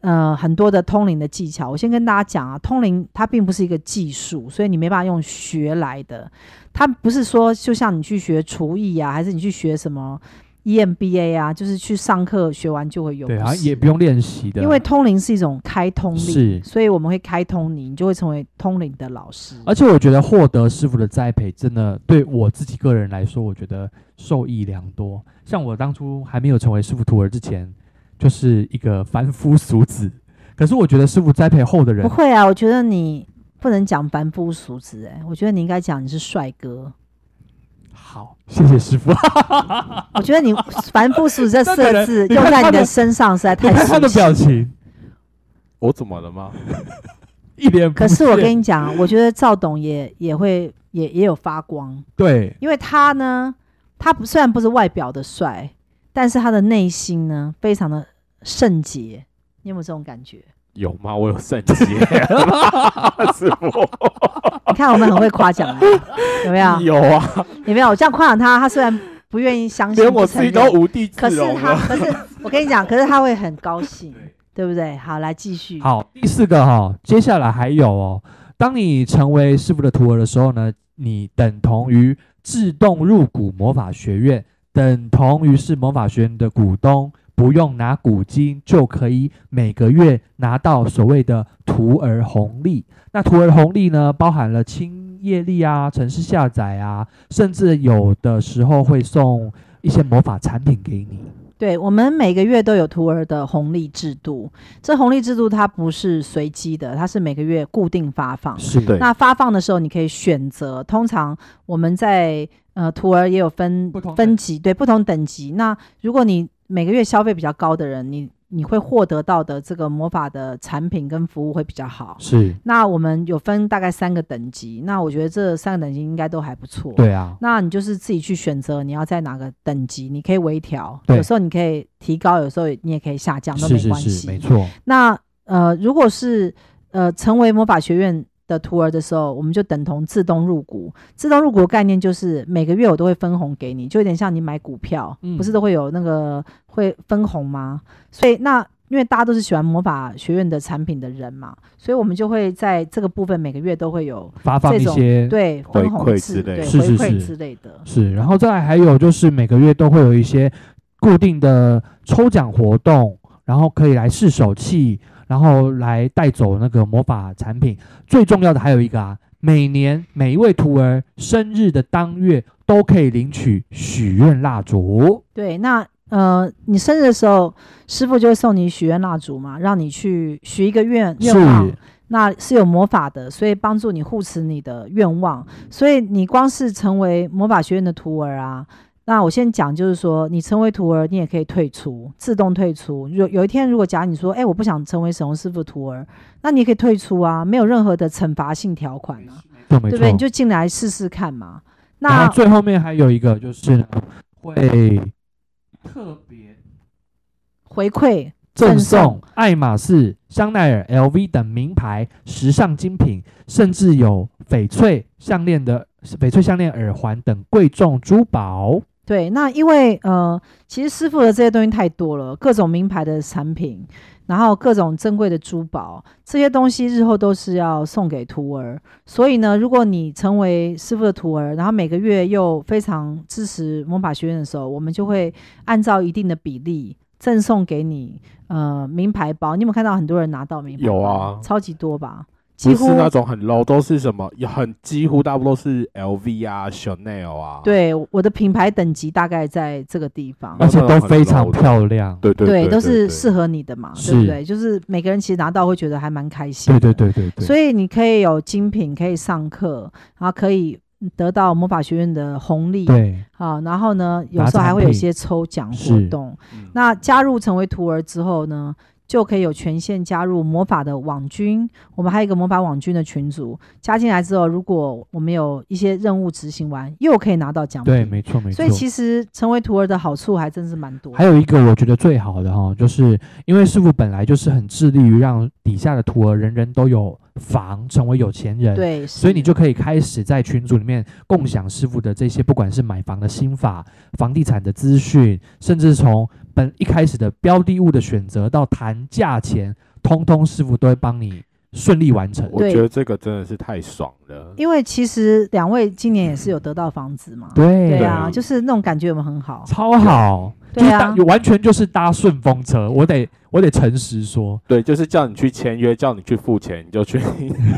Speaker 1: 呃很多的通灵的技巧？我先跟大家讲啊，通灵它并不是一个技术，所以你没办法用学来的。它不是说就像你去学厨艺啊，还是你去学什么 EMBA 啊，就是去上课学完就会有。
Speaker 2: 对，
Speaker 1: 不
Speaker 2: 好像
Speaker 1: 是
Speaker 2: 也不用练习的，
Speaker 1: 因为通灵是一种开通力，
Speaker 2: 啊是
Speaker 1: 所以我们会开通你，你就会成为通灵的老师。
Speaker 2: 而且我觉得获得师傅的栽培，真的对我自己个人来说，我觉得受益良多。像我当初还没有成为师傅徒儿之前，就是一个凡夫俗子。可是我觉得师傅栽培后的人
Speaker 1: 不，会啊，我觉得你不能讲凡夫俗子、哎，我觉得你应该讲你是帅哥。
Speaker 2: 好，谢谢师傅。
Speaker 1: 我觉得你凡夫俗子这四
Speaker 2: 那可
Speaker 1: 个
Speaker 2: 能
Speaker 1: 字
Speaker 2: 你
Speaker 1: 用
Speaker 2: 看
Speaker 1: 在
Speaker 2: 他
Speaker 1: 你的
Speaker 2: 的
Speaker 1: 身上实在
Speaker 2: 你
Speaker 1: 太
Speaker 2: 看他的
Speaker 1: 熟悉了
Speaker 2: 表情，
Speaker 3: 我怎么了吗？
Speaker 2: 一脸不
Speaker 1: 可是我跟
Speaker 2: 你
Speaker 1: 你讲，我觉得赵董也也会也也有发光，
Speaker 2: 对
Speaker 1: 因为他呢，他不虽然不是外表的帅，但是他的内心呢非常的圣洁。你有没有这种感觉？
Speaker 3: 有吗？我有 肾结， 师傅
Speaker 1: 你看我们很会夸奖人，有没有？
Speaker 3: 有啊，
Speaker 1: 有没有？我这样夸奖他，他虽然不愿意相信，
Speaker 3: 连我
Speaker 1: 不
Speaker 3: 自
Speaker 1: 承
Speaker 3: 己
Speaker 1: 认
Speaker 3: 都无地
Speaker 1: 可
Speaker 3: 自
Speaker 1: 是
Speaker 3: 容
Speaker 1: 他，
Speaker 3: 了。
Speaker 1: 可是我跟你讲，可是他会很高兴，对不对？好，来继续。
Speaker 2: 好，第四个哈、接下来还有哦，当你成为师傅的徒儿的时候呢，你等同于自动入股魔法学院，等同于是魔法学院的股东，不用拿股金就可以每个月拿到所谓的徒儿红利。那徒儿红利呢，包含了清业力啊、城市下载啊，甚至有的时候会送一些魔法产品给你。
Speaker 1: 对我们每个月都有徒儿的红利制度，这红利制度它不是随机的，它是每个月固定发放。
Speaker 2: 是
Speaker 3: 对
Speaker 1: 那发放的时候，你可以选择。通常我们在呃徒儿也有分
Speaker 2: 不同
Speaker 1: 分
Speaker 2: 等
Speaker 1: 级，对不同等级。那如果你每个月消费比较高的人，你你会获得到的这个魔法的产品跟服务会比较好。
Speaker 2: 是，
Speaker 1: 那我们有分大概三个等级，那我觉得这三个等级应该都还不错。，
Speaker 2: 对啊，
Speaker 1: 那你就是自己去选择你要在哪个等级，你可以微调，
Speaker 2: 对
Speaker 1: 有时候你可以提高，有时候你也可以下降，都
Speaker 2: 是
Speaker 1: 没
Speaker 2: 是
Speaker 1: 关系。
Speaker 2: 是，没错，
Speaker 1: 那呃，如果是呃成为魔法学院的徒儿的时候，我们就等同自动入股。自动入股的概念就是每个月我都会分红给你，就有点像你买股票，
Speaker 2: 嗯
Speaker 1: 不是都会有那个会分红吗？所以那。因为大家都是喜欢魔法学院的产品的人嘛，所以我们就会在这个部分每个月都会有
Speaker 2: 发放
Speaker 1: 这
Speaker 2: 一
Speaker 1: 种
Speaker 2: 些
Speaker 1: 对
Speaker 3: 回
Speaker 1: 分红
Speaker 3: 馈
Speaker 1: 制
Speaker 3: 之类
Speaker 1: 对
Speaker 3: 的
Speaker 2: 是
Speaker 1: 回
Speaker 2: 是
Speaker 1: 馈
Speaker 2: 是
Speaker 1: 之类的。
Speaker 2: 是，然后再来还有就是每个月都会有一些固定的抽奖活动，然后可以来试手气，然后来带走那个魔法产品。最重要的还有一个啊，每年每一位徒儿生日的当月都可以领取许愿蜡烛。
Speaker 1: 对，那呃，你生日的时候，师傅就会送你许愿蜡烛嘛，让你去许一个愿
Speaker 2: 是
Speaker 1: 愿望。那是有魔法的，所以帮助你护持你的愿望。所以你光是成为魔法学院的徒儿啊，那我先讲就是说，你成为徒儿，你也可以退出，自动退出。有有一天，如果假如你说，哎、我不想成为沈红师傅徒儿，那你也可以退出啊，没有任何的惩罚性条款啊，
Speaker 2: 对没
Speaker 1: 对
Speaker 2: 错。
Speaker 1: 不对？你就进来试试看嘛。
Speaker 2: 然
Speaker 1: 那
Speaker 2: 后最后面还有一个就是呢会特别
Speaker 1: 回馈
Speaker 2: 赠
Speaker 1: 赠
Speaker 2: 送
Speaker 1: 送
Speaker 2: 爱马仕、香奈儿、LV 等名牌时尚精品，甚至有翡翠项链的翡翠项链、耳环等贵重珠宝。
Speaker 1: 对，那因为呃，其实师傅的这些东西太多了，各种名牌的产品，然后各种珍贵的珠宝，这些东西日后都是要送给徒儿。所以呢，如果你成为师傅的徒儿，然后每个月又非常支持魔法学院的时候，我们就会按照一定的比例赠送给你呃名牌包。你有没有看到很多人拿到名牌包？
Speaker 3: 有啊
Speaker 1: 超级多吧，
Speaker 3: 不
Speaker 1: 几
Speaker 3: 是
Speaker 1: 乎
Speaker 3: 那种很 low，都是什么有很几乎大部分都是 LV 啊、Chanel 啊。
Speaker 1: 对我的品牌等级大概在这个地方。
Speaker 2: 而且都非常漂亮。
Speaker 3: 对对
Speaker 1: 对，都是
Speaker 3: 对
Speaker 1: 适合你的嘛，对不
Speaker 2: 是
Speaker 1: 对？就是每个人其实拿到会觉得还蛮开心。
Speaker 2: 对对。对对对，
Speaker 1: 所以你可以有精品，可以上课，然后可以得到魔法学院的红利，
Speaker 2: 对
Speaker 1: 啊，然后呢，有
Speaker 2: 拿
Speaker 1: 时候还
Speaker 2: 产
Speaker 1: 会有一
Speaker 2: 品
Speaker 1: 些抽奖活
Speaker 2: 是
Speaker 1: 动。
Speaker 3: 嗯
Speaker 1: 那加入成为徒儿之后呢，就可以有权限加入魔法的网军。我们还有一个魔法网军的群组，加进来之后，如果我们有一些任务执行完，又可以拿到奖品。
Speaker 2: 对，没错没
Speaker 1: 嗯
Speaker 2: 错。
Speaker 1: 所以其实成为徒儿的好处还真是蛮多的。
Speaker 2: 还有一个我觉得最好的哈，就是因为师傅本来就是很致力于让底下的徒儿人人都有房，成为有钱人。。
Speaker 1: 对，
Speaker 2: 所以
Speaker 1: 是
Speaker 2: 你就可以开始在群组里面共享师傅的这些，不管是买房的心法、房地产的资讯，甚至从本一开始的标的物的选择到谈价钱，通通师傅都会帮你顺利完成。
Speaker 3: 我
Speaker 1: 对
Speaker 3: 觉得这个真的是太爽了。
Speaker 1: 因为其实两位今年也是有得到房子嘛，
Speaker 2: 对
Speaker 1: 对
Speaker 3: 对
Speaker 1: 啊，就是那种感觉有没有很好？
Speaker 2: 超好，
Speaker 1: 对啊
Speaker 2: 就是搭完全就是搭顺风车。我得我得诚实说，
Speaker 3: 对，就是叫你去签约，叫你去付钱，你 就去，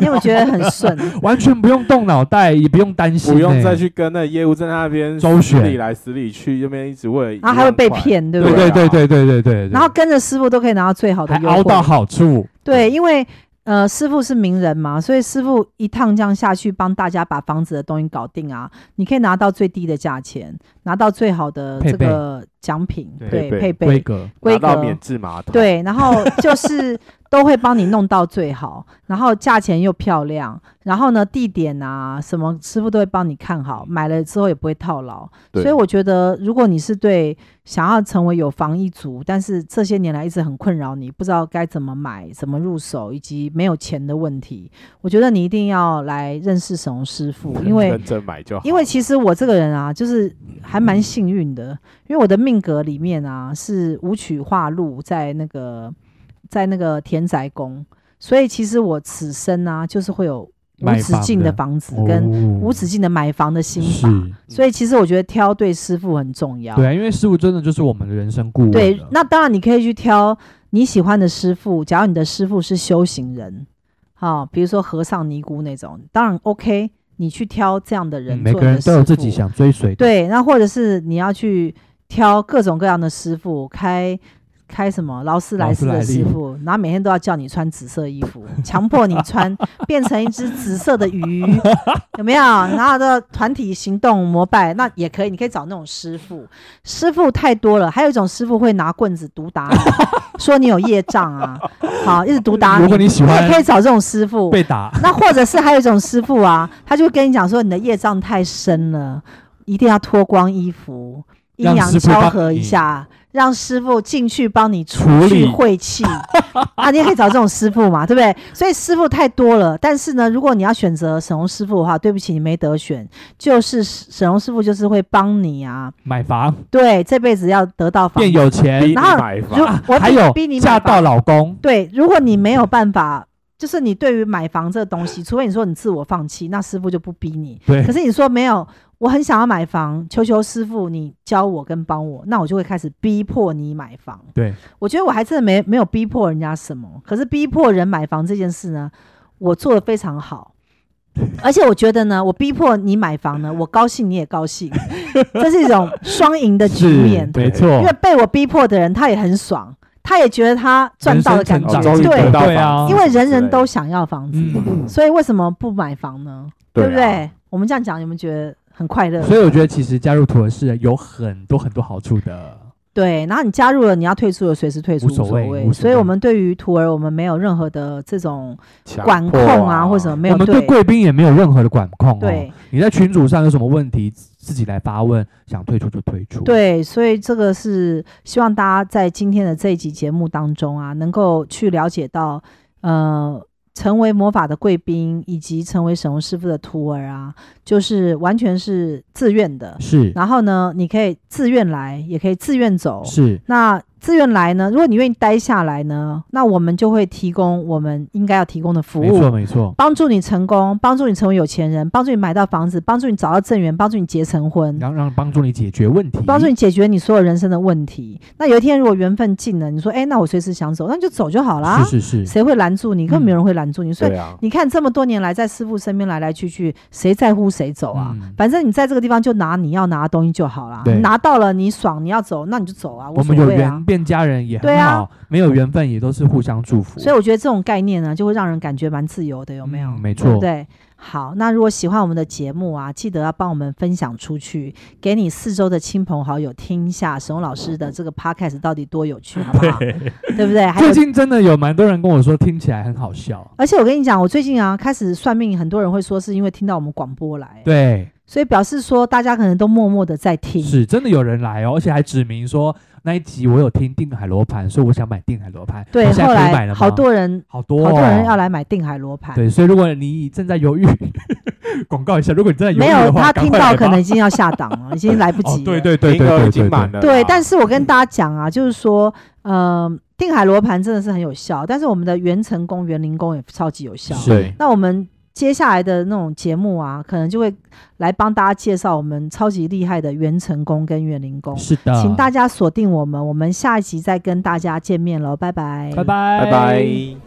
Speaker 1: 因为我觉得很 顺，
Speaker 2: 完全不用动脑袋，也不用担心、
Speaker 3: 不用再。去跟那业务在那边
Speaker 2: 周
Speaker 3: 死里
Speaker 2: 旋
Speaker 3: 来死里去，那边一直为了一
Speaker 1: 然后还会
Speaker 3: 万
Speaker 1: 被
Speaker 3: 块。
Speaker 1: 骗，对不
Speaker 2: 欸对
Speaker 1: 对？
Speaker 2: 对
Speaker 3: 啊
Speaker 2: 对对对对对。
Speaker 1: 然后跟着师傅都可以拿到最好的
Speaker 2: 还
Speaker 1: 优
Speaker 2: 凹
Speaker 1: 惠，
Speaker 2: 到好处，
Speaker 1: 对，因为呃师傅是名人嘛，所以师傅一趟这样下去帮大家把房子的东西搞定啊，你可以拿到最低的价钱，拿到最好的
Speaker 2: 配
Speaker 1: 这
Speaker 2: 备
Speaker 1: 个奖品，
Speaker 3: 对
Speaker 1: 对配
Speaker 3: 配备
Speaker 2: 规
Speaker 1: 备
Speaker 2: 格
Speaker 1: 规
Speaker 3: 拿
Speaker 1: 格
Speaker 3: 到免治马桶，，
Speaker 1: 对，然后就是都会帮你弄到最好， 然后价钱又漂亮，然后呢地点啊什么师傅都会帮你看好，买了之后也不会套牢。所以我觉得，如果你是对想要成为有房一族，但是这些年来一直很困扰你，不知道该怎么买、怎么入手，以及没有钱的问题，我觉得你一定要来认识沈宏师傅，因为
Speaker 3: 认真买就好。
Speaker 1: 因为其实我这个人啊，就是还蛮幸运的，因为我的命格里面啊是武曲化禄在那个在那个田宅宫，所以其实我此生啊就是会有无
Speaker 2: 买
Speaker 1: 止
Speaker 2: 房
Speaker 1: 境的
Speaker 2: 的
Speaker 1: 房子跟无
Speaker 2: 无
Speaker 1: 止境的买房的心
Speaker 2: 哦是
Speaker 1: 法，，所以其实我觉得挑对师傅很重要。
Speaker 2: 对啊，因为师傅真的就是我们的人生顾问了。
Speaker 1: 对那当然你可以去挑你喜欢的师傅，假如你的师傅是修行人，好、比如说和尚、尼姑那种，当然 OK，你去挑这样的人、
Speaker 2: 嗯每
Speaker 1: 做
Speaker 2: 个
Speaker 1: 你的
Speaker 2: 人都有
Speaker 1: 师
Speaker 2: 自己
Speaker 1: 傅
Speaker 2: 想追随的，
Speaker 1: 对，那或者是你要去挑各种各样的师傅，开开什么劳斯莱斯的
Speaker 2: 劳斯莱
Speaker 1: 师
Speaker 2: 利
Speaker 1: 傅，然后每天都要叫你穿紫色衣服，强迫你穿，变成一只紫色的鱼，有没有？然后的团体行动膜拜，那也可以，你可以找那种师傅，师傅太多了，还有一种师傅会拿棍子毒打你，说你有业障啊，好，一直毒打
Speaker 2: 如果
Speaker 1: 你。
Speaker 2: 你喜
Speaker 1: 你也
Speaker 2: 欢
Speaker 1: 可以找这种师傅，
Speaker 2: 被打，
Speaker 1: 那或者是还有一种师傅啊，他就会跟你讲说你的业障太深了，一定要脱光衣服，阴
Speaker 2: 让
Speaker 1: 阳
Speaker 2: 师傅
Speaker 1: 交
Speaker 2: 帮
Speaker 1: 合一
Speaker 2: 你
Speaker 1: 下，让师傅进去帮你除
Speaker 2: 处
Speaker 1: 去
Speaker 2: 理
Speaker 1: 晦气啊。你也可以找这种师傅嘛，对不对？所以师傅太多了，但是呢，如果你要选择沈龙师傅的话，对不起，你没得选，就是沈龙师傅就是会帮你啊，
Speaker 2: 买房
Speaker 1: 对，这辈子要得到房
Speaker 2: 变。有钱
Speaker 3: 逼你
Speaker 1: 然后
Speaker 3: 买
Speaker 1: 如
Speaker 3: 房，
Speaker 2: 啊
Speaker 1: 我，
Speaker 2: 还
Speaker 1: 逼
Speaker 2: 有
Speaker 1: 逼你买
Speaker 2: 嫁
Speaker 1: 房
Speaker 2: 到老公，
Speaker 1: 对，如果你没有办法，就是你对于买房这个东西，除非你说你自我放弃，那师傅就不逼你。
Speaker 2: 对
Speaker 1: 可，是你说没有，我很想要买房，求求师傅你教我跟帮我，那我就会开始逼迫你买房。
Speaker 2: 对，
Speaker 1: 我觉得我还真的没没有逼迫人家什么，可是逼迫人买房这件事呢，我做的非常 好。而且我觉得呢，我逼迫你买房呢，我高兴你也高兴，这是一种双赢的局
Speaker 2: 是
Speaker 1: 面。
Speaker 2: 没错
Speaker 1: 因为，被我逼迫的人，他也很爽，他也觉得他赚到的感
Speaker 2: 人
Speaker 1: 觉
Speaker 2: 生成，
Speaker 3: 哦
Speaker 2: 长
Speaker 3: 终于得
Speaker 1: 对，
Speaker 3: 到
Speaker 2: 对
Speaker 3: 房
Speaker 2: 啊
Speaker 3: 子
Speaker 1: 因为人
Speaker 3: 之类
Speaker 1: 人
Speaker 3: 的
Speaker 1: 都想要房子，
Speaker 2: 嗯，
Speaker 1: 所以为什么不买房呢？对
Speaker 3: 啊
Speaker 1: 不对？我们这样讲，你们觉得很快乐？
Speaker 2: 所以我觉得其实加入土耳其是有很多很多好处的，
Speaker 1: 对，然后你加入了，你要退出了，随时退出，
Speaker 2: 无所谓无所谓
Speaker 1: 所以我们对于徒儿，我们没有任何的这种
Speaker 3: 强
Speaker 1: 管
Speaker 3: 迫
Speaker 1: 控啊，或什么没
Speaker 2: 我
Speaker 1: 有
Speaker 2: 们对贵宾也没有任何的管控哦。
Speaker 1: 对
Speaker 2: 你在群组上有什么问题，自己来发问，想退出就退出。，
Speaker 1: 对，所以这个是希望大家在今天的这一集节目当中啊，能够去了解到，呃，成为魔法的贵宾，以及成为沈红师傅的徒儿啊，就是完全是自愿的。
Speaker 2: 是
Speaker 1: 然后呢，你可以自愿来，也可以自愿走。
Speaker 2: 是
Speaker 1: 那自愿来呢，如果你愿意待下来呢，那我们就会提供我们应该要提供的服
Speaker 2: 没错
Speaker 1: 务，
Speaker 2: 没错。
Speaker 1: 帮助你成功，帮助你成为有钱人，帮助你买到房子，帮助你找到正缘，帮助你结成婚。
Speaker 2: 然后让帮助你解决问题，
Speaker 1: 帮助你解决你所有人生的问题。那有一天如果缘分尽了，你说，哎、那我随时想走，那你就走就好啦。
Speaker 2: 是是是，
Speaker 1: 谁会拦住你？根本没有人会拦住你。所以
Speaker 3: 对啊，
Speaker 1: 你看这么多年来，在师傅身边来来去去，谁在乎谁走啊？
Speaker 2: 嗯
Speaker 1: 反正你在这个地方就拿你要拿的东西就好啦。
Speaker 2: 对
Speaker 1: 你拿到了你爽，你要走那你就走啊，无
Speaker 2: 我
Speaker 1: 所
Speaker 2: 们有
Speaker 1: 谓
Speaker 2: 缘
Speaker 1: 啊。
Speaker 2: 变家人也
Speaker 1: 对
Speaker 2: 很
Speaker 1: 啊
Speaker 2: 好，没有缘分也都是互相祝福。
Speaker 1: 所以我觉得这种概念呢，就会让人感觉蛮自由的，有没有？
Speaker 2: 嗯没错
Speaker 1: 对不对。好，那如果喜欢我们的节目啊，记得要帮我们分享出去，给你四周的亲朋好友听一下沈老师的这个 podcast 到底多有趣，好不 好？对不对？还有
Speaker 2: 最近真的有蛮多人跟我说，听起来很好笑。
Speaker 1: 而且我跟你讲，我最近啊开始算命，很多人会说是因为听到我们广播来，
Speaker 2: 对，
Speaker 1: 所以表示说大家可能都默默的在听。
Speaker 2: 是真的有人来哦，而且还指明说那一集我有听定海罗盘，所以我想买定海罗盘。
Speaker 1: 对
Speaker 2: 我，现在
Speaker 1: 后
Speaker 2: 可以买
Speaker 1: 来
Speaker 2: 了吗
Speaker 1: 好多人、
Speaker 2: 好多、哦、
Speaker 1: 好多人要来买定海罗盘。
Speaker 2: 对，所以如果你正在犹豫， 广告一下，如果你正在犹
Speaker 1: 没
Speaker 2: 豫的
Speaker 1: 有
Speaker 2: 话，
Speaker 1: 他
Speaker 2: 赶
Speaker 1: 听
Speaker 2: 快
Speaker 1: 到
Speaker 2: 来吧
Speaker 1: 可能已经要下档 了，已经来不及
Speaker 2: 哦
Speaker 1: 了。，
Speaker 2: 对嗯对对对
Speaker 3: 名
Speaker 2: 对
Speaker 3: 额
Speaker 2: 对，
Speaker 3: 已经
Speaker 2: 对
Speaker 3: 满了。
Speaker 1: 对，但是我跟大家讲啊，就是说，呃，定海罗盘真的是很有效，但是我们的元成功、元灵功也超级有效。
Speaker 2: 是
Speaker 1: 那我们接下来的那种节目啊，可能就会来帮大家介绍我们超级厉害的元成功跟元灵功。
Speaker 2: 是啊的，
Speaker 1: 请大家锁定我们，我们下一集再跟大家见面喽，拜拜，
Speaker 2: 拜拜
Speaker 3: 拜拜。